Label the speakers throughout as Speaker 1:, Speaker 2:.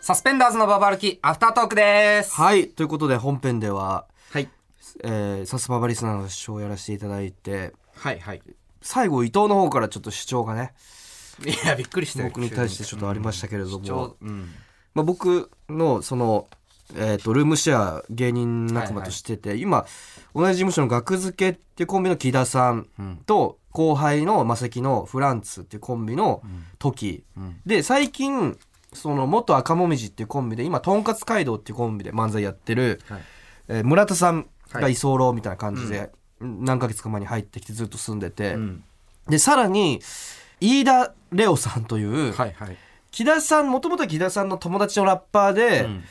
Speaker 1: サスペンダーズのババ歩きアフタートークです
Speaker 2: はいということで本編では、
Speaker 1: はい
Speaker 2: えー、サスババリスナーの主張をやらせていただいて
Speaker 1: はいはい
Speaker 2: 最後伊藤の方からちょっと主張がね
Speaker 1: いやびっくりしたよ
Speaker 2: 僕に対してちょっとありましたけれど
Speaker 1: 主張
Speaker 2: も、
Speaker 1: うん
Speaker 2: まあ、僕のその、えー、とルームシェア芸人仲間としてて、今同じ事務所の学付けっていうコンビの木田さん
Speaker 1: うん
Speaker 2: と後輩のマセキのフランツっていうコンビの時、
Speaker 1: うん
Speaker 2: で最近その元赤もみじっていうコンビで今とんかつ街道っていうコンビで漫才やってる、
Speaker 1: はい
Speaker 2: えー村田さんが居候みたいな感じで、何ヶ月か前に入ってきてずっと住んでて、
Speaker 1: うん
Speaker 2: でさらに飯田レオさんという、
Speaker 1: はいはい
Speaker 2: 木田さんもともと木田さんの友達のラッパーで、
Speaker 1: ん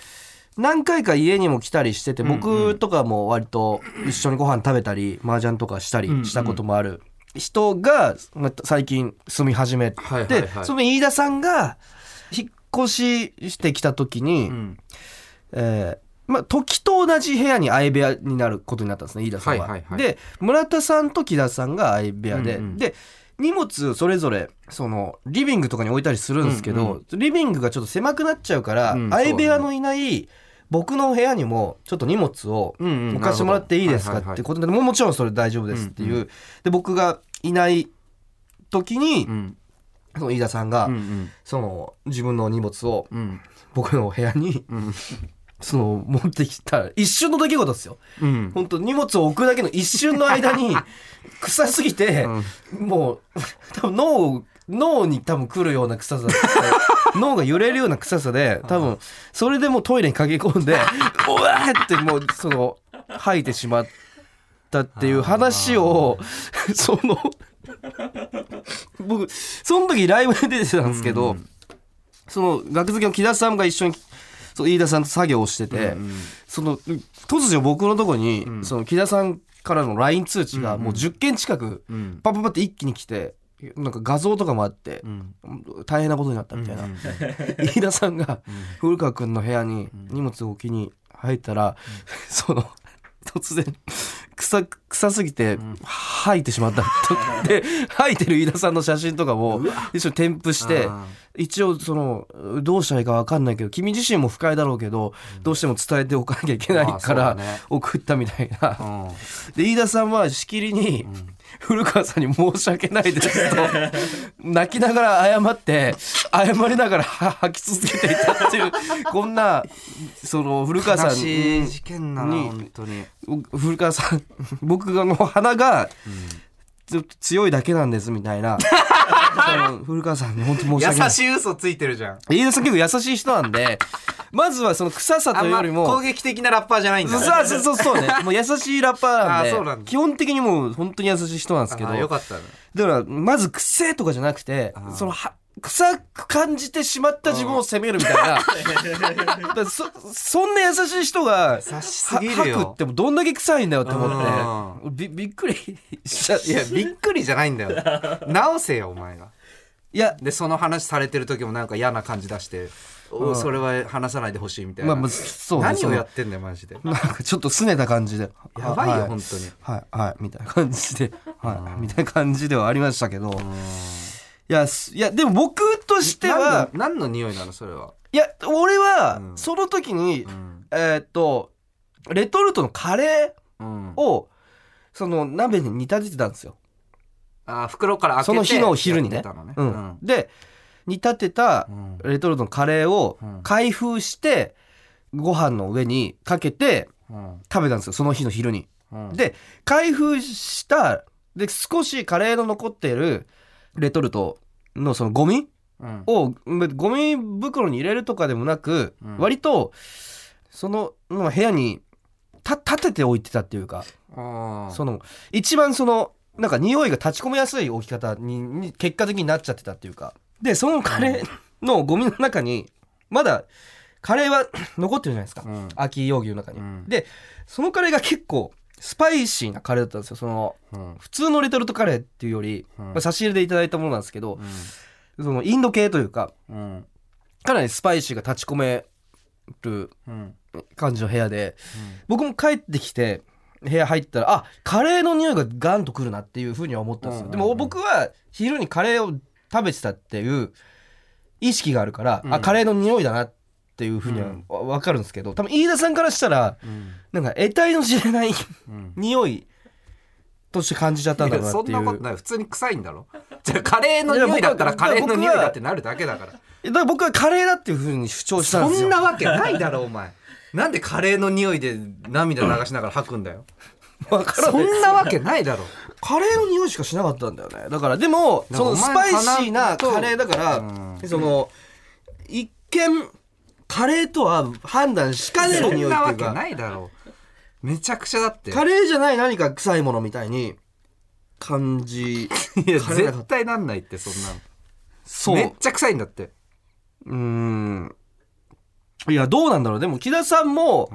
Speaker 2: 何回か家にも来たりしてて
Speaker 1: んうん
Speaker 2: 僕とかも割と一緒にご飯食べたり麻雀とかしたりしたこともある人がまた最近住み始めて、
Speaker 1: はいはいはい
Speaker 2: その飯田さんが引っ越ししてきた時に、
Speaker 1: うん
Speaker 2: えーまあ、時と同じ部屋に相部屋になることになったんですね飯田さん
Speaker 1: は
Speaker 2: は。
Speaker 1: いはいはい
Speaker 2: で村田さんと木田さんが相部屋で、
Speaker 1: うんうん
Speaker 2: で荷物それぞれそのリビングとかに置いたりするんですけど、リビングがちょっと狭くなっちゃうから、
Speaker 1: うん
Speaker 2: 相部屋のいない僕の部屋にもちょっと荷物を
Speaker 1: うんうん
Speaker 2: 置かせてもらっていいです
Speaker 1: な
Speaker 2: か
Speaker 1: るほど
Speaker 2: ってことで、もうもちろんそれ大丈夫ですっていう、
Speaker 1: うん
Speaker 2: で僕がいない時に、
Speaker 1: うん
Speaker 2: その飯田さんが、
Speaker 1: うん
Speaker 2: その自分の荷物を
Speaker 1: うんうん
Speaker 2: 僕の部屋に、
Speaker 1: うん
Speaker 2: その持ってきた一瞬の出来事ですよ
Speaker 1: うん
Speaker 2: 本当荷物を置くだけの一瞬の間に臭すぎて、もう多分脳脳に多分来るような臭さだった脳が揺れるような臭さで多分それでもうトイレに駆け込ん で「おわ!」ってもうその吐いてしまったっていう話をその僕その時ライブで出てたんですけど、その学付けの木田さんが一緒にそう飯田さんと作業をしてて。その突如僕のとこに、
Speaker 1: ん
Speaker 2: その木田さんからの LINE 通知が
Speaker 1: うんうん
Speaker 2: もう10件近く
Speaker 1: うん
Speaker 2: パッパッパって一気に来てなんか画像とかもあって
Speaker 1: う、 ん
Speaker 2: 大変なことになったみたいな、
Speaker 1: うん
Speaker 2: 飯田さんが古川君の部屋に荷物を置きに入ったら、その突然臭く臭すぎて吐いてしまった とで吐いてる飯田さんの写真とかも一緒に添付して
Speaker 1: あ
Speaker 2: 一応そのどうしたらいいか分かんないけど君自身も不快だろうけど、どうしても伝えておかなきゃいけない
Speaker 1: まあ
Speaker 2: か
Speaker 1: そうだ
Speaker 2: ら
Speaker 1: ね
Speaker 2: 送ったみたいな。
Speaker 1: ーうん
Speaker 2: で飯田さんはしきりに古川さんに申し訳ないですと泣きながら謝って謝りながらは吐き続けていたっていうこんなその古川さん
Speaker 1: 悲しい事件だな
Speaker 2: に
Speaker 1: 本当に
Speaker 2: 古川さん僕の鼻が、ちょっと強いだけなんですみた いなその古川さんに本当申し訳ない
Speaker 1: 優しい嘘ついてるじゃん
Speaker 2: 飯田さん結構優しい人なん でまずはその臭さ
Speaker 1: あ
Speaker 2: と
Speaker 1: ん
Speaker 2: いうよ
Speaker 1: ま
Speaker 2: りも
Speaker 1: 攻撃的なラッパーじゃないんだ
Speaker 2: そうそうそ うそうねもう優しいラッパーなんで
Speaker 1: あそうなんだ
Speaker 2: 基本的にもう本当に優しい人なんですけど
Speaker 1: あーよかったね
Speaker 2: だからまず癖とかじゃなくて
Speaker 1: ー
Speaker 2: そのは臭く感じてしまった自分を責めるみたいな だからそそんな優しい人が
Speaker 1: 優しす
Speaker 2: は
Speaker 1: ぎる
Speaker 2: 吐
Speaker 1: よ
Speaker 2: くってもどんだけ臭いんだよって思ってびびっくりしちゃ
Speaker 1: いやびっくりじゃないんだよ直せよお前が
Speaker 2: いや
Speaker 1: でその話されてる時もなんか嫌な感じ出して、おそれは話さないでほしいみたい
Speaker 2: ま
Speaker 1: な、
Speaker 2: あまあそうね
Speaker 1: 何
Speaker 2: そ
Speaker 1: を
Speaker 2: の
Speaker 1: やってんだよマジで
Speaker 2: なんかちょっと拗ねた感じで
Speaker 1: やばいよ、
Speaker 2: は
Speaker 1: 本当に
Speaker 2: はいはいみたいな感じ で、はい、みたいな感じではありましたけど、いやすいやでも僕としては
Speaker 1: 何の何の匂いなのそれは、
Speaker 2: いや俺は
Speaker 1: うん
Speaker 2: その時に、
Speaker 1: うん
Speaker 2: えーっとレトルトのカレ
Speaker 1: うん
Speaker 2: ーをその鍋に煮立ててたんですよ
Speaker 1: あー袋から開けて
Speaker 2: その日のお昼にね
Speaker 1: やってたのね
Speaker 2: うんで煮立てた
Speaker 1: うん
Speaker 2: レトルトのカレーを
Speaker 1: うん
Speaker 2: 開封してご飯の上にかけて
Speaker 1: うん
Speaker 2: 食べたんですよその日の昼に。
Speaker 1: うん
Speaker 2: で開封したで少しカレーの残っているレトルトのそのゴミ
Speaker 1: うん
Speaker 2: をうんゴミ袋に入れるとかでもなく、
Speaker 1: うん
Speaker 2: 割とそのまあ部屋にた立てておいてたっていうか、
Speaker 1: うん
Speaker 2: その一番そのなんか匂いが立ち込めやすい置き方にに結果的になっちゃってたっていうかでそのカレーのゴミの中にまだカレーは 残ってるじゃないですか、
Speaker 1: うん
Speaker 2: 秋容牛の中に、
Speaker 1: うん
Speaker 2: でそのカレーが結構スパイシーなカレーだったんですよその
Speaker 1: うん
Speaker 2: 普通のレトルトカレーっていうより、
Speaker 1: うん
Speaker 2: まあ、差し入れでいただいたものなんですけど、そのインド系というか
Speaker 1: うん
Speaker 2: かなりスパイシーが立ち込める
Speaker 1: うん
Speaker 2: 感じの部屋で僕も帰ってきて部屋入ったらあカレーの匂いがガンとくるなっていうふうには思ったんですよ、
Speaker 1: うんうんう
Speaker 2: で
Speaker 1: ん
Speaker 2: も僕は昼にカレーを食べてたっていう意識があるから、
Speaker 1: うん
Speaker 2: あカレーの匂いだなっっていうふうにはわかるんですけど、多分飯田さんからしたらなんか得体の知れない 匂いとして感じちゃったんだろうなっ
Speaker 1: そん
Speaker 2: て
Speaker 1: なこと
Speaker 2: い
Speaker 1: ない普通に臭いんだろじゃあカレーの匂いだったら
Speaker 2: いや
Speaker 1: カ
Speaker 2: 僕は
Speaker 1: レーの匂い
Speaker 2: 僕は
Speaker 1: だってなるだけだから
Speaker 2: うだから僕はカレーだっていうふうに主張したん
Speaker 1: そ
Speaker 2: ですよ
Speaker 1: んなわけないだろお前なんでカレーの匂いで涙流しながら吐くんだよ
Speaker 2: わから
Speaker 1: そ
Speaker 2: ない
Speaker 1: んなわけないだろ
Speaker 2: カレーの匂いしかしなかったんだよねだからでも
Speaker 1: だ
Speaker 2: そ
Speaker 1: から
Speaker 2: の
Speaker 1: お
Speaker 2: ス
Speaker 1: 前
Speaker 2: パイシーな
Speaker 1: 鼻と
Speaker 2: カレーだから、
Speaker 1: う
Speaker 2: その一見カレーとは判断しかね
Speaker 1: そ
Speaker 2: る匂
Speaker 1: ん
Speaker 2: い
Speaker 1: な
Speaker 2: ってい
Speaker 1: わけ
Speaker 2: うか
Speaker 1: ないだろめちゃくちゃだって
Speaker 2: カレーじゃない何か臭いものみたいに感じ
Speaker 1: いや
Speaker 2: カレー
Speaker 1: 絶対なんないってそんなの
Speaker 2: そ
Speaker 1: めっ
Speaker 2: う
Speaker 1: ちゃ臭いんだって
Speaker 2: うーんいやどうなんだろうでも木田さんも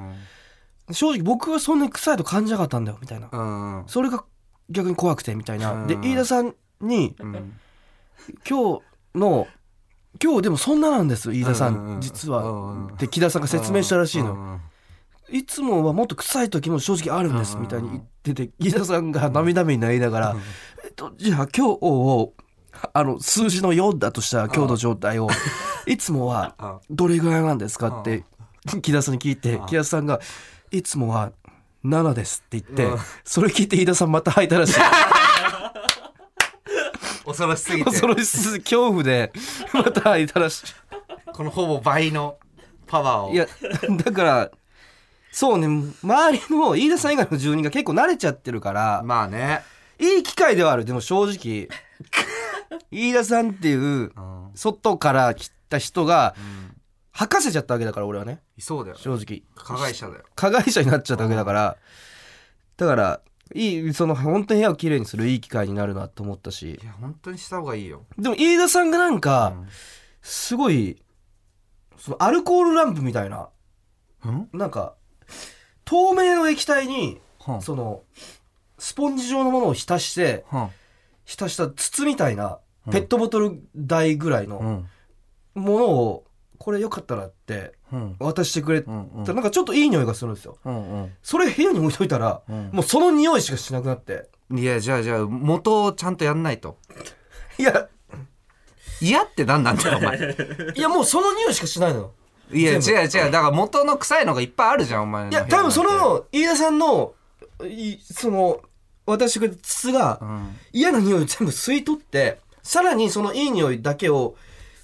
Speaker 2: 正直僕はそんなに臭いと感じなかったんだよみたいな
Speaker 1: うん
Speaker 2: それが逆に怖くてみたいなで
Speaker 1: うん
Speaker 2: 飯田さんに
Speaker 1: うん
Speaker 2: 今日の今日でもそんななんです飯田さ
Speaker 1: うんうんうんん
Speaker 2: 実
Speaker 1: うん
Speaker 2: は
Speaker 1: うん
Speaker 2: って木田さんが説明したらしいの
Speaker 1: の
Speaker 2: いつもはもっと臭い時も正直あるんです
Speaker 1: うん
Speaker 2: みたいに言ってて飯田さんが涙目になりながら「えっとじゃあ今日をあの数字の4だとしたら今日の状態をいつもは
Speaker 1: あ
Speaker 2: どれぐらいなんですか?」って木田さんに聞いて
Speaker 1: うん
Speaker 2: 木田さんが「いつもは7です」って言って、
Speaker 1: うん
Speaker 2: それ聞いて飯田さんまた吐いたらしい
Speaker 1: 恐ろしすぎて
Speaker 2: 恐ろしす恐怖でまた吐いたらしい。
Speaker 1: このほぼ倍のパワーを
Speaker 2: いや だからそうね周りの飯田さん以外の住人が結構慣れちゃってるから、
Speaker 1: まあね、
Speaker 2: いい機会ではあるでも正 直飯田さんっていう
Speaker 1: うん
Speaker 2: 外から来た人が吐かせちゃったわけだから俺はね
Speaker 1: そうだよ
Speaker 2: 正直
Speaker 1: 加害者だよ
Speaker 2: 加害者になっちゃったわけだからだからいいその本当に部屋をきれいにするいい機会になるなと思ったし
Speaker 1: いや本当にした方がいいよ、
Speaker 2: でも飯田さんがなんかすごいそのアルコールランプみたいな
Speaker 1: うん
Speaker 2: なんか透明の液体に
Speaker 1: は
Speaker 2: そのスポンジ状のものを浸して
Speaker 1: あは
Speaker 2: 浸した筒みたいな
Speaker 1: うん
Speaker 2: ペットボトル台ぐらい
Speaker 1: あ
Speaker 2: の
Speaker 1: うん
Speaker 2: ものをこれよかったらって
Speaker 1: うん
Speaker 2: 渡してくれた
Speaker 1: うんうん
Speaker 2: なんかちょっといい匂いがするんですよ
Speaker 1: うん
Speaker 2: それ部屋に置いといたら
Speaker 1: うん
Speaker 2: もうその匂いしかしなくなって
Speaker 1: いやじゃあじゃあ元をちゃんとやんないと
Speaker 2: いや
Speaker 1: 嫌って何なんだよお 前
Speaker 2: いやもうその匂いしかしないのよ
Speaker 1: いや違う
Speaker 2: 全
Speaker 1: 違うだから元の臭いのがいっぱいあるじゃんお前の
Speaker 2: いや
Speaker 1: 部屋
Speaker 2: 多
Speaker 1: なん
Speaker 2: 分
Speaker 1: て
Speaker 2: その飯田さんのいその渡してくれた筒が
Speaker 1: うん
Speaker 2: 嫌な匂いを全部吸い取ってさらにそのいい匂いだけを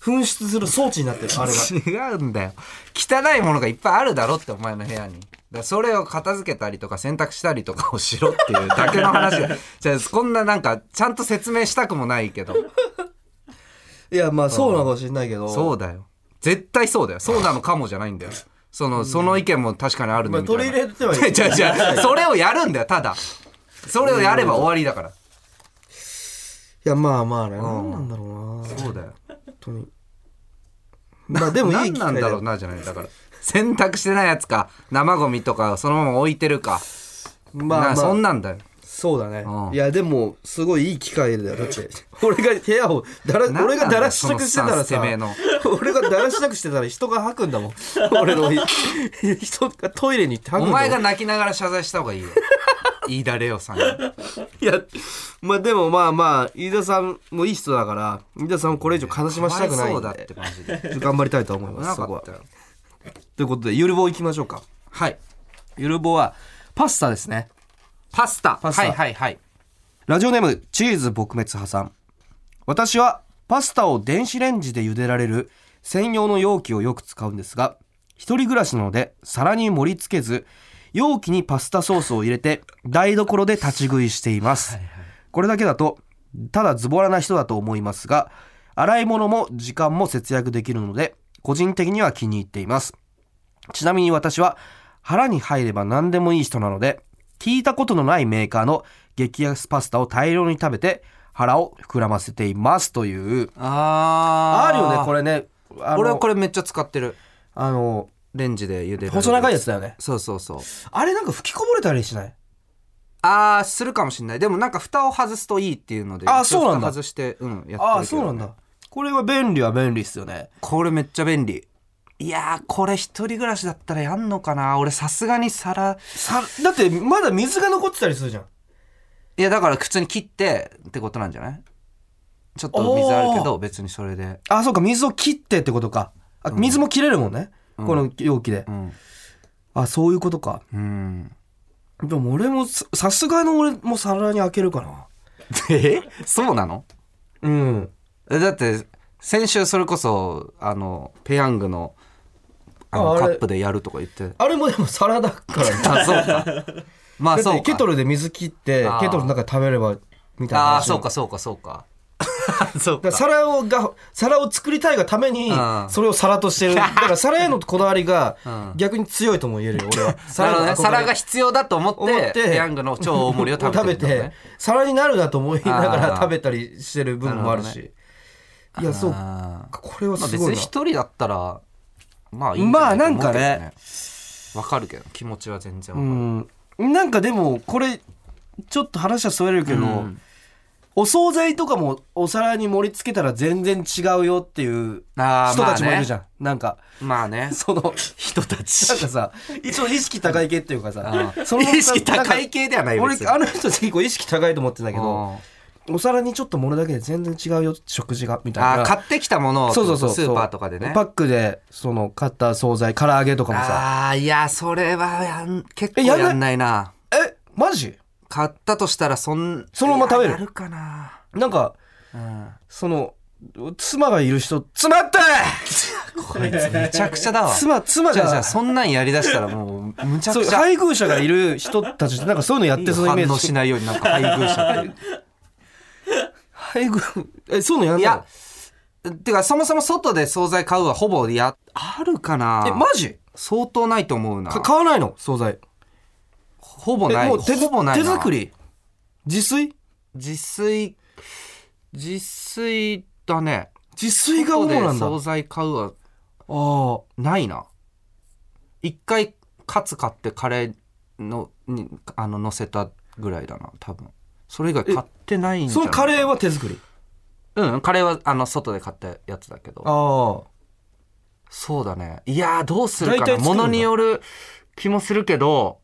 Speaker 2: 噴出する装置になってるあれが
Speaker 1: 違うんだよ汚いものがいっぱいあるだろってお前の部屋にだからそれを片付けたりとか洗濯したりとかをしろっていうだけの話だ じゃあこんななんかちゃんと説明したくもないけど
Speaker 2: いやまあそうなのかもしれないけど
Speaker 1: そうだよ絶対そうだよそうなのかもじゃないんだよそのその意見も確かにあるんだ
Speaker 2: まあ
Speaker 1: みたいな
Speaker 2: 取り入れて はいる
Speaker 1: 違う違うそれをやるんだよただそれをやれば終わりだから
Speaker 2: いやまあまあね何なんだろうな
Speaker 1: そうだよ
Speaker 2: 本当に まあでもいい
Speaker 1: 何
Speaker 2: 機
Speaker 1: な
Speaker 2: 会
Speaker 1: ん
Speaker 2: だ
Speaker 1: だろう
Speaker 2: よ
Speaker 1: なじゃないだから洗濯してないやつか生ゴミとかそのまま置いてるか
Speaker 2: ま
Speaker 1: ま
Speaker 2: あま
Speaker 1: あ
Speaker 2: あ
Speaker 1: そ
Speaker 2: そ
Speaker 1: んなんだよ
Speaker 2: うだね、
Speaker 1: うん
Speaker 2: いやでもすごいいい機会だよだって 俺が部屋をだら俺がだらしなくしてたら
Speaker 1: そ
Speaker 2: さ
Speaker 1: のてめえの
Speaker 2: 俺がだらしなくしてたら人が吐くんだもん俺の 人がトイレに行って吐
Speaker 1: お
Speaker 2: くんだもん
Speaker 1: 前が泣きながら謝罪した方がいいよ飯田レオさんに
Speaker 2: いやまあでもまあまあ飯田さんもいい人だから飯田さんもこれ以上悲しましたくない
Speaker 1: そうんだっ
Speaker 2: で
Speaker 1: てマジで
Speaker 2: 頑張りたいと思い
Speaker 1: 危
Speaker 2: ます
Speaker 1: な
Speaker 2: そ
Speaker 1: か
Speaker 2: こは
Speaker 1: ったよ
Speaker 2: ということでゆるぼういきましょうか
Speaker 1: はい
Speaker 2: ゆるぼうはパスタですね
Speaker 1: パスタ
Speaker 2: パスタ
Speaker 1: はいはいはい
Speaker 2: ラジオネームチーズ撲滅破産私はパスタを電子レンジで茹でられる専用の容器をよく使うんですが一人暮らしなので皿に盛り付けず容器にパスタソースを入れて台所で立ち食いしています、これだけだとただズボラな人だと思いますが洗い物も時間も節約できるので個人的には気に入っていますちなみに私は腹に入れば何でもいい人なので、聞いたことのないメーカーの激安パスタを大量に食べて腹を膨らませていますという。
Speaker 1: あ
Speaker 2: あるよね、こ
Speaker 1: れ
Speaker 2: れね。あの
Speaker 1: 俺はこれめっちゃ使ってる
Speaker 2: あの、
Speaker 1: レンジで茹でる
Speaker 2: 細長いやつだよね。
Speaker 1: そうそうそう
Speaker 2: あれなんか吹きこぼれたりしない
Speaker 1: ああするかもしれないでもなんか蓋を外すといいっていうので
Speaker 2: あーそうなんだ
Speaker 1: 一応蓋外してうんやってるけど
Speaker 2: ああ、そうなんだ。これは便利は便利っすよね。
Speaker 1: これめっちゃ便利いやーこれ一人暮らしだったらやんのかな俺さすがに皿
Speaker 2: さだってまだ水が残ってたりするじゃん。
Speaker 1: いやだから普通に切ってってことなんじゃないちょっと水あるけど別にそれで
Speaker 2: あ、そうか、水を切ってってことか。あ水も切れるもんね。この容器で、
Speaker 1: うん
Speaker 2: あそういうことか
Speaker 1: うん
Speaker 2: でも俺もささすがの俺も皿に開けるかな
Speaker 1: えそうなの
Speaker 2: うん
Speaker 1: えだって先週それこそあのペヤングのあの
Speaker 2: ああれ
Speaker 1: カップでやるとか言って
Speaker 2: あれもでも皿だからね
Speaker 1: あそうか まあ
Speaker 2: だっ
Speaker 1: そ
Speaker 2: て
Speaker 1: う
Speaker 2: ケ
Speaker 1: か
Speaker 2: トルで水切って
Speaker 1: あー
Speaker 2: ケトルの中で食べればみたいな
Speaker 1: ああ
Speaker 2: 話
Speaker 1: そうかそうかそう かそう
Speaker 2: だ
Speaker 1: か
Speaker 2: から皿をが皿を作りたいがために
Speaker 1: うん
Speaker 2: それを皿と してるだから皿へのこだわりが
Speaker 1: うん
Speaker 2: 逆に強いとも言えるよ俺 は
Speaker 1: 皿
Speaker 2: への憧れ
Speaker 1: 皿が必要だと思って
Speaker 2: 思って
Speaker 1: ペヤングの超大盛りを食
Speaker 2: 食
Speaker 1: べ
Speaker 2: べ
Speaker 1: てるの
Speaker 2: て
Speaker 1: ね
Speaker 2: 皿になるなと思いなが
Speaker 1: あー
Speaker 2: ら食べたりしてる部分もあるしいやそうか
Speaker 1: あー
Speaker 2: これは
Speaker 1: まあ、
Speaker 2: す
Speaker 1: 別
Speaker 2: ごい
Speaker 1: に
Speaker 2: な
Speaker 1: 一人だったらまあいいんじゃいと思うけど
Speaker 2: まあなんかね
Speaker 1: わかるけど気持ちは全然わ
Speaker 2: う
Speaker 1: かる、
Speaker 2: んなんかでもこれちょっと話はそれるけど
Speaker 1: うん
Speaker 2: お惣菜とかもお皿に盛り付けたら全然違うよっていう
Speaker 1: あー
Speaker 2: 人たちもいるじ
Speaker 1: ゃ
Speaker 2: ゃんなんか
Speaker 1: んまあね
Speaker 2: その
Speaker 1: 人たち
Speaker 2: なんかさ、一応意識高い系っていうかさ、その
Speaker 1: 意識高い
Speaker 2: 系
Speaker 1: 系ではない
Speaker 2: 俺
Speaker 1: 別、に
Speaker 2: あの人結構意識高いと思ってたけど、
Speaker 1: あ
Speaker 2: お皿にちょっと盛るだけで全然違うよ、食事が、みたい
Speaker 1: ー
Speaker 2: な。
Speaker 1: 買ってきたものを
Speaker 2: そうそうそう。
Speaker 1: スーパーとかでね
Speaker 2: パックで、その、買った惣菜、唐揚げとかもさ、
Speaker 1: ああいやそれはやん結構
Speaker 2: えやんない
Speaker 1: やんないな
Speaker 2: え、マジ
Speaker 1: 買ったとしたらそん
Speaker 2: そのまま食べる
Speaker 1: いややるかな、
Speaker 2: なんか、
Speaker 1: うん、
Speaker 2: その、妻がいる人、妻って
Speaker 1: こいつめちゃくちゃだわ
Speaker 2: 妻、妻
Speaker 1: じゃあじゃあ
Speaker 2: が、
Speaker 1: そんなんやりだしたらもうむちゃ
Speaker 2: そう
Speaker 1: く
Speaker 2: いう
Speaker 1: ちゃ
Speaker 2: 配偶者がいる人たちって、なんかそういうのやってそうなイ メ
Speaker 1: 反応
Speaker 2: ージ
Speaker 1: し。ないようになんか配偶者って
Speaker 2: 配偶、え、そう いうのやん
Speaker 1: い
Speaker 2: ない
Speaker 1: やてかそもそも外で惣菜買うはほぼやあるかな
Speaker 2: え、マジ
Speaker 1: 相当ないと思うな
Speaker 2: か買わないの惣菜。
Speaker 1: ほぼない
Speaker 2: えもう手
Speaker 1: ほぼない
Speaker 2: 手
Speaker 1: な
Speaker 2: 作り自炊
Speaker 1: 自炊自炊だね
Speaker 2: 自炊が主なんだ
Speaker 1: 外で惣菜買うは
Speaker 2: あ
Speaker 1: ないな一回カツ買ってカレーのにあの乗せたぐらいだな多分それ以外買ってないん
Speaker 2: あ
Speaker 1: じゃ
Speaker 2: そ
Speaker 1: ない
Speaker 2: のカレー
Speaker 1: は
Speaker 2: は手作り
Speaker 1: うんカレーはあの外で買ったやつだけど
Speaker 2: あ
Speaker 1: そうだねいやーどうする
Speaker 2: 大
Speaker 1: か
Speaker 2: 体
Speaker 1: な
Speaker 2: 作
Speaker 1: も
Speaker 2: るんだ
Speaker 1: のによる気もするけど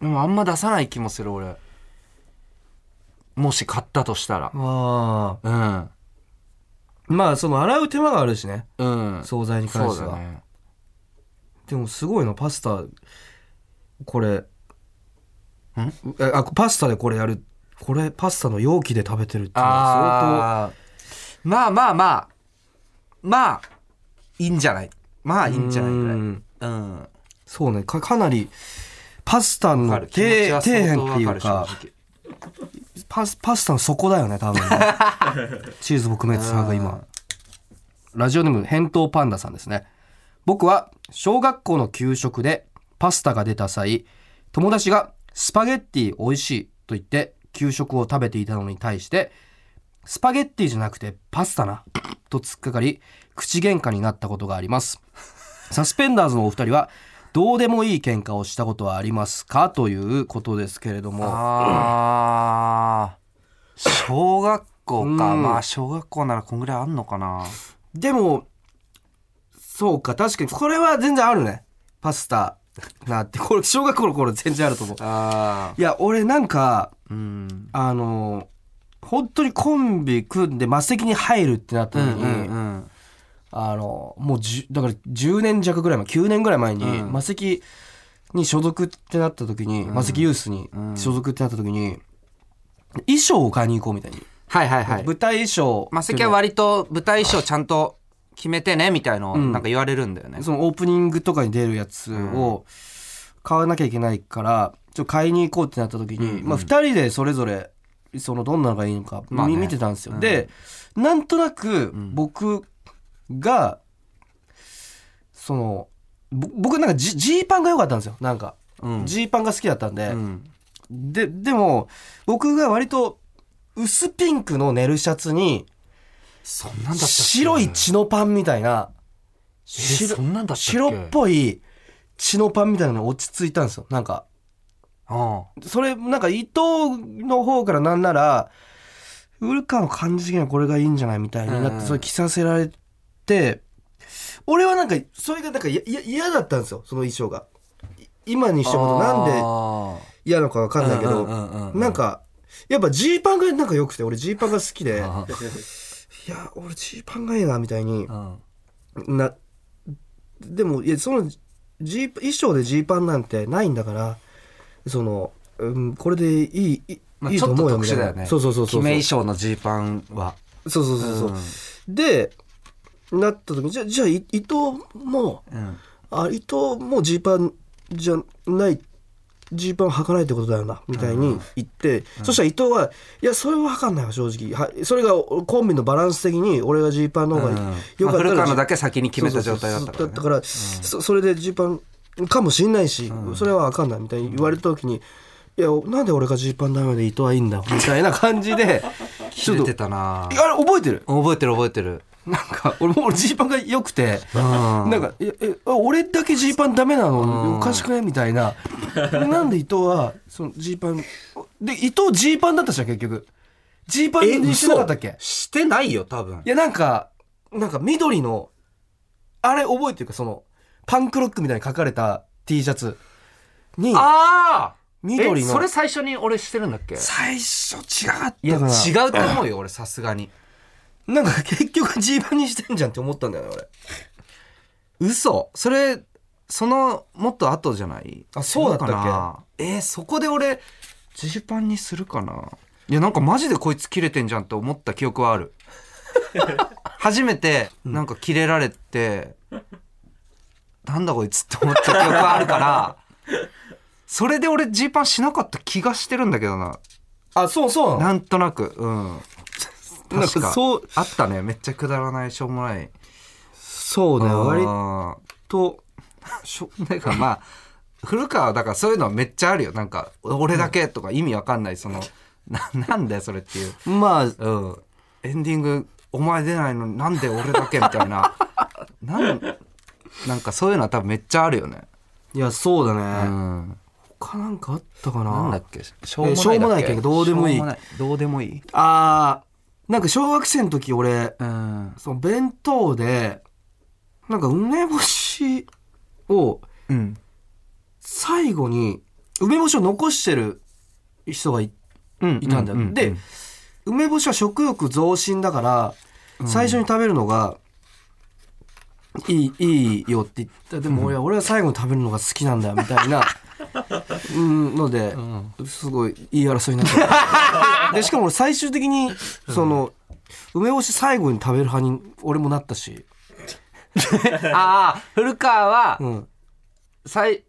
Speaker 1: でもあんま出さない気もする俺もし買ったとしたら
Speaker 2: あ
Speaker 1: うん
Speaker 2: まあその洗う手間があるしね
Speaker 1: うん
Speaker 2: 惣菜に関
Speaker 1: そう
Speaker 2: しては、
Speaker 1: だね
Speaker 2: でもすごいなパスタこれえあパスタでこれやるこれパスタの容器で食べてるっていうのは
Speaker 1: あーまあまあまあまあいいんじゃないまあいいんじゃないぐらい
Speaker 2: うん
Speaker 1: うん
Speaker 2: 相当そうねかかなりパスタの
Speaker 1: わかる気持
Speaker 2: 底
Speaker 1: ちは
Speaker 2: 底辺
Speaker 1: 相当
Speaker 2: ってい
Speaker 1: わ
Speaker 2: う
Speaker 1: か
Speaker 2: か
Speaker 1: る正
Speaker 2: パスパスタの底だよね多分ねチーズ撲滅派が今ラジオネーム返答パンダさんですね僕は小学校の給食でパスタが出た際友達がスパゲッティ美味しいと言って給食を食べていたのに対してスパゲッティじゃなくてパスタなと突っかかり口喧嘩になったことがありますサスペンダーズのお二人はどうでもいい喧嘩をしたことはありますかということですけれども
Speaker 1: 直ああ小学校か
Speaker 2: うん
Speaker 1: まあ小学校ならこんぐらいあんのかな
Speaker 2: でもそうか確かにこれは全然あるねパスタなってこれ小学校の頃全然あると思う
Speaker 1: あ
Speaker 2: いや俺なんか
Speaker 1: うん
Speaker 2: あの本当にコンビ組んで末席に入るってなった
Speaker 1: うん
Speaker 2: 時
Speaker 1: う
Speaker 2: に、
Speaker 1: んうん
Speaker 2: あのもうじゅだから10年弱ぐらい前9年ぐらい前に、
Speaker 1: うん
Speaker 2: マセキに所属ってなった時に、マセキユースに所属ってなった時に、衣装を買いに行こうみたいに、
Speaker 1: はいはいはい
Speaker 2: 舞台衣装
Speaker 1: マセキは割と舞台衣装ちゃんと決めてねみたいのをなんか言われるんだよね
Speaker 2: そのオープニングとかに出るやつを買わなきゃいけないから、ちょっと買いに行こうってなった時に、まあ、2人でそれぞれそのどんなのがいいのか、
Speaker 1: まあね
Speaker 2: 見見てたんですよ、でなんとなく僕が、そのぼ僕なんかジジーパンが良かったんですよなんか
Speaker 1: うん
Speaker 2: ジー、パンが好きだったんで、
Speaker 1: うん
Speaker 2: ででも僕が割と薄ピンクのネルシャツに
Speaker 1: そんなんだったっけ
Speaker 2: 白いチノパンみたいな
Speaker 1: え
Speaker 2: 白
Speaker 1: そんなんだったっけ
Speaker 2: 白っぽい血のパンみたいなのに落ち着いたんですよなんか
Speaker 1: うん
Speaker 2: それなんか伊藤の方からなんならウルカの感じ的にはこれがいいんじゃないみたいになっ
Speaker 1: うん
Speaker 2: てそれ着させられて俺はなんかそれがなんかやや嫌だったんですよその衣装がい今にしてもなんで嫌なのか分かんないけど、なんかやっぱジーパンがなんか良くて俺ジーパンが好きでいや俺ジーパンがいいなみたいになでもいやそのジー衣装でジーパンなんてないんだからその、うん、これでいいいい,、
Speaker 1: まあ、
Speaker 2: いい
Speaker 1: ち
Speaker 2: と
Speaker 1: ょっと
Speaker 2: 思うよ
Speaker 1: 特殊
Speaker 2: みたい
Speaker 1: だ
Speaker 2: な
Speaker 1: よね
Speaker 2: そうそうそうそう
Speaker 1: 決め衣装のジーパンは
Speaker 2: そうそうそうそう、でなった時にじゃあじゃあい伊藤も
Speaker 1: うん
Speaker 2: あ伊藤もジーパンじゃないジーパンを履かないってことだよなみたいに言って、そしたら伊藤は「いやそれは履かんないわ正直はそれがおコンビのバランス的に俺がジーパンの方
Speaker 1: う
Speaker 2: がよ
Speaker 1: ん
Speaker 2: か
Speaker 1: ま
Speaker 2: った
Speaker 1: あ、古
Speaker 2: ら
Speaker 1: 川のだけ先に決めた状態だったから、ね、
Speaker 2: らそそれでジーパンかもしんないし、それはあかんないみたいに言われた時に「いやなんで俺がジーパンだめで伊藤はいいんだ」みたいな感 じでち
Speaker 1: 切
Speaker 2: ょっ
Speaker 1: れ
Speaker 2: と
Speaker 1: てたな
Speaker 2: あれ覚えてる
Speaker 1: 覚えてる覚えてる
Speaker 2: なんか俺も俺ジーパンが良くて、
Speaker 1: ん
Speaker 2: なんかええあ俺だけジーパンダメなのおかしくないみたいななんで伊藤はそのジーパンで伊藤ジーパンだったじゃん結局ジーパンにしてなかったっけ
Speaker 1: してないよ多分
Speaker 2: いやなんかなんか緑のあれ覚えてるかそのパンクロックみたいに書かれた T シャツに
Speaker 1: ああ
Speaker 2: 緑の
Speaker 1: それ最初に俺してるんだっけ
Speaker 2: 最初違かっ
Speaker 1: いや
Speaker 2: たかな
Speaker 1: 違うと思うよ俺さすがに
Speaker 2: なんか結局ジーパンにしてんじゃんって思ったんだよね俺
Speaker 1: 嘘それそのもっと後じゃない
Speaker 2: あそうだったっ
Speaker 1: 違
Speaker 2: け
Speaker 1: かなえーそこで俺ジーパンにするかないやなんかマジでこいつ切れてんじゃんって思った記憶はあ る初めてなんか切れられて、なんだこいつって思った記憶はあるからそれで俺ジーパンしなかった気がしてるんだけどな
Speaker 2: あそうそうなの
Speaker 1: なんとなくうん
Speaker 2: なん
Speaker 1: 確か
Speaker 2: そう
Speaker 1: あったねめっちゃくだらないしょうもない
Speaker 2: そうね割
Speaker 1: あー
Speaker 2: と
Speaker 1: しょなんかまあ古川はだからそういうのめっちゃあるよなんか俺だけとか意味わかんないそのななんだよそれっていう、
Speaker 2: まあ
Speaker 1: うん、エンディングお前出ないのになんで俺だけみたいななんなんかそういうのは多分めっちゃあるよね、
Speaker 2: いやそうだ
Speaker 1: う
Speaker 2: ね、
Speaker 1: ん、
Speaker 2: 他なんかあったか
Speaker 1: なんだ
Speaker 2: な
Speaker 1: っけしょ
Speaker 2: えーしょうもないけどどうでもいい
Speaker 1: しょなどうでもいい、
Speaker 2: あーなんか小学生の時俺
Speaker 1: うん
Speaker 2: その弁当でなんか梅干しを
Speaker 1: うん、
Speaker 2: 最後に梅干しを残してる人がいいたんだよ、
Speaker 1: うう
Speaker 2: で梅干しは食欲増進だから最初に食べるのがいいいいよって言ったでも俺は俺は最後に食べるのが好きなんだよみたい なうんのですごい言い争いになっちゃったでしかも俺最終的にその梅干し最後に食べる派に俺もなったし、
Speaker 1: ああ古川は
Speaker 2: うん、
Speaker 1: さい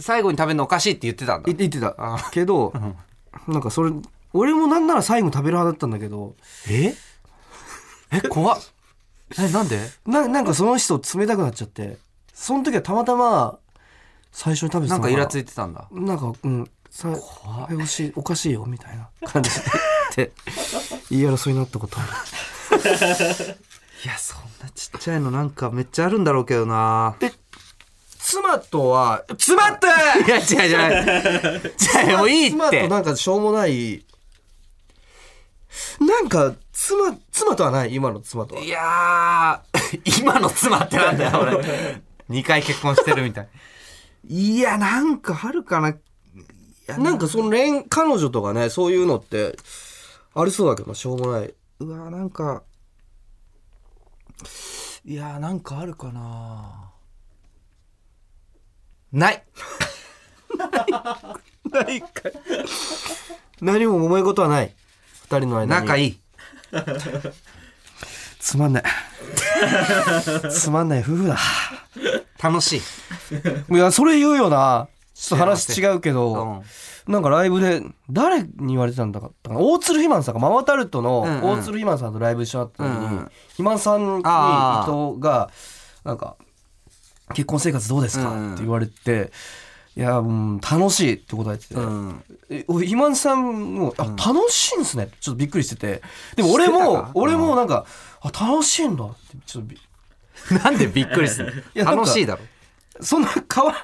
Speaker 1: 最後に食べるのおかしいって言ってたんだ
Speaker 2: い言ってた けどなんかそれ俺もなんなら最後に食べる派だったんだけど
Speaker 1: ええ怖っえなんで
Speaker 2: ななんかその人冷たくなっちゃってその時はたまたま最初に食べて
Speaker 1: な
Speaker 2: た
Speaker 1: ん
Speaker 2: の
Speaker 1: か
Speaker 2: な
Speaker 1: イラついてたんだ
Speaker 2: なんかうんさおかしいおかしいよみたいな感じで言い争いになったことある
Speaker 1: いやそんなちっちゃいのなんかめっちゃあるんだろうけど な
Speaker 2: 妻とは妻って
Speaker 1: いや違う違う違うもういいっ
Speaker 2: 妻と
Speaker 1: て
Speaker 2: なんかしょうもないなんか妻妻とはない今の妻とはい
Speaker 1: やー 今の妻ってなんだよ俺2回結婚してるみたいいやなんかあるかないや
Speaker 2: なんかその恋彼女とかねそういうのってありそうだけどなしょうもないう
Speaker 1: わなんかいやなんかあるかなない
Speaker 2: 何か何も揉め事はない二人の間に
Speaker 1: 仲
Speaker 2: い
Speaker 1: いい
Speaker 2: つ まんないつまんない夫婦だ
Speaker 1: 楽しい、
Speaker 2: いやそれ言うよなちょっと話違うけど、
Speaker 1: うん、
Speaker 2: なんかライブで誰に言われてたんだかったかな大鶴ひまんさんがママタルトの
Speaker 1: うんうん
Speaker 2: 大鶴ひまんさんとライブ一緒だった時
Speaker 1: うんう
Speaker 2: に
Speaker 1: ん
Speaker 2: ひまんさんに伊藤
Speaker 1: あ
Speaker 2: がなんか「結婚生活どうですか?
Speaker 1: うんうん」
Speaker 2: って言われて「いやうん楽しい」って答えてて
Speaker 1: うん、
Speaker 2: えお肥満さんも、あ、楽しいんですね。ちょっとびっくりしてて。でも俺
Speaker 1: してた
Speaker 2: も
Speaker 1: か、
Speaker 2: 俺もなんか、あ、楽しいんだって、ちょっとび、
Speaker 1: なんでびっくりする
Speaker 2: いやなんか
Speaker 1: 楽 しいだろ
Speaker 2: そんな変わん、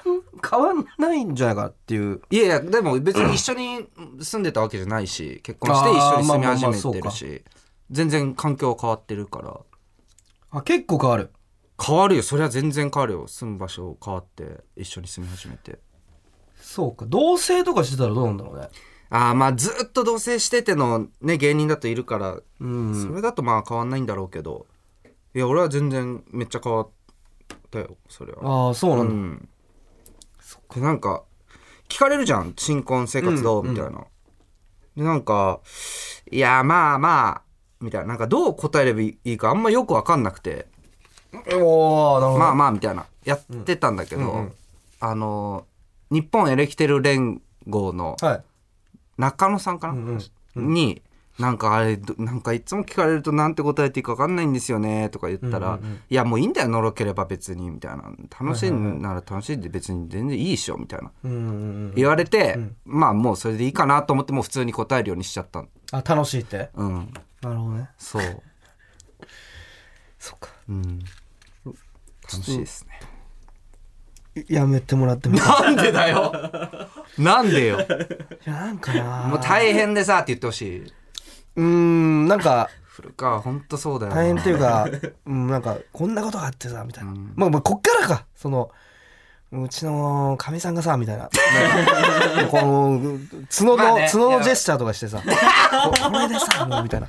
Speaker 2: 変わんないんじゃないかっていう。
Speaker 1: いやいやでも別に一緒に住んでたわけじゃないし結婚して一緒に住み始めてるし、全然環境は変わってるから
Speaker 2: あ、結構変わる。
Speaker 1: 変わるよそりゃ全然変わるよ住む場所変わって一緒に住み始めて
Speaker 2: そうか。同棲とかしてたらどうなんだろうね。
Speaker 1: ああまあずっと同棲しててのね芸人だといるから、
Speaker 2: うん。
Speaker 1: それだとまあ変わんないんだろうけどいや俺は全然めっちゃ変わっったよそれは
Speaker 2: ああそうなんだ、
Speaker 1: んでなんか聞かれるじゃん新婚生活どう、
Speaker 2: うん
Speaker 1: みたいなでなんかいやまあまあみたいななんかどう答えればいいかあんまよく分かんなくて
Speaker 2: おおなるほど、
Speaker 1: まあまあみたいなやってたんだけど、あの日本エレキテル連合の
Speaker 2: はい
Speaker 1: 中野さんかな、になんかあれどなんかいつも聞かれるとなんて答えていいか分かんないんですよねとか言ったら、いやもういいんだよのろければ別にみたいな楽しいなら楽しいで別に全然いいっしょみたいな
Speaker 2: うんうんうん
Speaker 1: 言われて、まあもうそれでいいかなと思ってもう普通に答えるようにしちゃったの
Speaker 2: あ楽しいって
Speaker 1: うん
Speaker 2: なるほどね
Speaker 1: そう
Speaker 2: そっか
Speaker 1: うん楽しいですね
Speaker 2: やめてもらってもいいい
Speaker 1: なんでだよ なんでよ
Speaker 2: や なんかな
Speaker 1: もう大変でさって言ってほしいう
Speaker 2: ーんなんか
Speaker 1: 古川ほんとそうだよな
Speaker 2: 大変っていうか、うん、なんかこんなことがあってさみたいな、まあまあこっからかそのうちのかみさんがさみたいなこの角の、
Speaker 1: まあね
Speaker 2: 角のジェスチャーとかしてさここれでさもうみたいな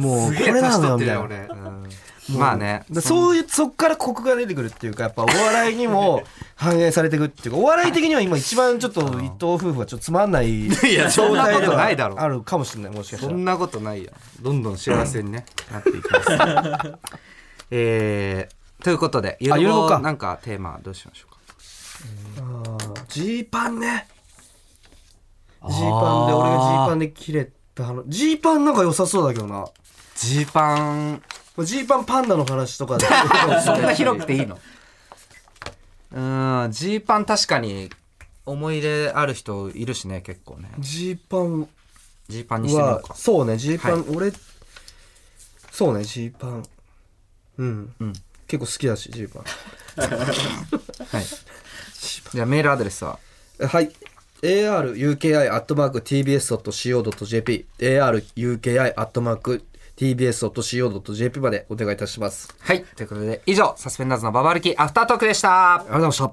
Speaker 2: もうこ
Speaker 1: すげえ
Speaker 2: れな
Speaker 1: 年
Speaker 2: の
Speaker 1: 取
Speaker 2: よ
Speaker 1: って
Speaker 2: み
Speaker 1: るよ
Speaker 2: たいな
Speaker 1: 俺、 うんまあね
Speaker 2: だそういうそっからコクが出てくるっていうかやっぱお笑いにも反映されてくっていうかお笑い的には今一番ちょっと伊藤夫婦がちょっとつまんない
Speaker 1: いやそんなこと
Speaker 2: は
Speaker 1: ないだろ
Speaker 2: あるかもしれないもしかした
Speaker 1: そ
Speaker 2: ら
Speaker 1: んなことないよどんどん幸せ にね、なっていきますえー、ということでゆ
Speaker 2: あゆ
Speaker 1: る
Speaker 2: る
Speaker 1: ぼ
Speaker 2: ぼか
Speaker 1: なんかテーマどうしましょうか
Speaker 2: ジーパンねジーパンで俺がジーパンで切れた話ジーパンなんか良さそうだけどな
Speaker 1: ジーパン
Speaker 2: ジーパンパンダの話と かで
Speaker 1: そんな広くていいのうーんジーパン確かに思い入れある人いるしね結構ね
Speaker 2: ジーパン
Speaker 1: ジーパンにしてみよ
Speaker 2: は
Speaker 1: うか
Speaker 2: そうねジーパン、
Speaker 1: は
Speaker 2: 俺そうねジーパンうん、
Speaker 1: ん
Speaker 2: 結構好きだしジーパン
Speaker 1: はいじゃあメールアドレスは
Speaker 2: はい。aruki.tbs.co.jp aruki.tbs.co.jp までお願いいたします。
Speaker 1: はいということで以上サスペンダーズのババ歩きアフタートークでした
Speaker 2: ありがとうございました。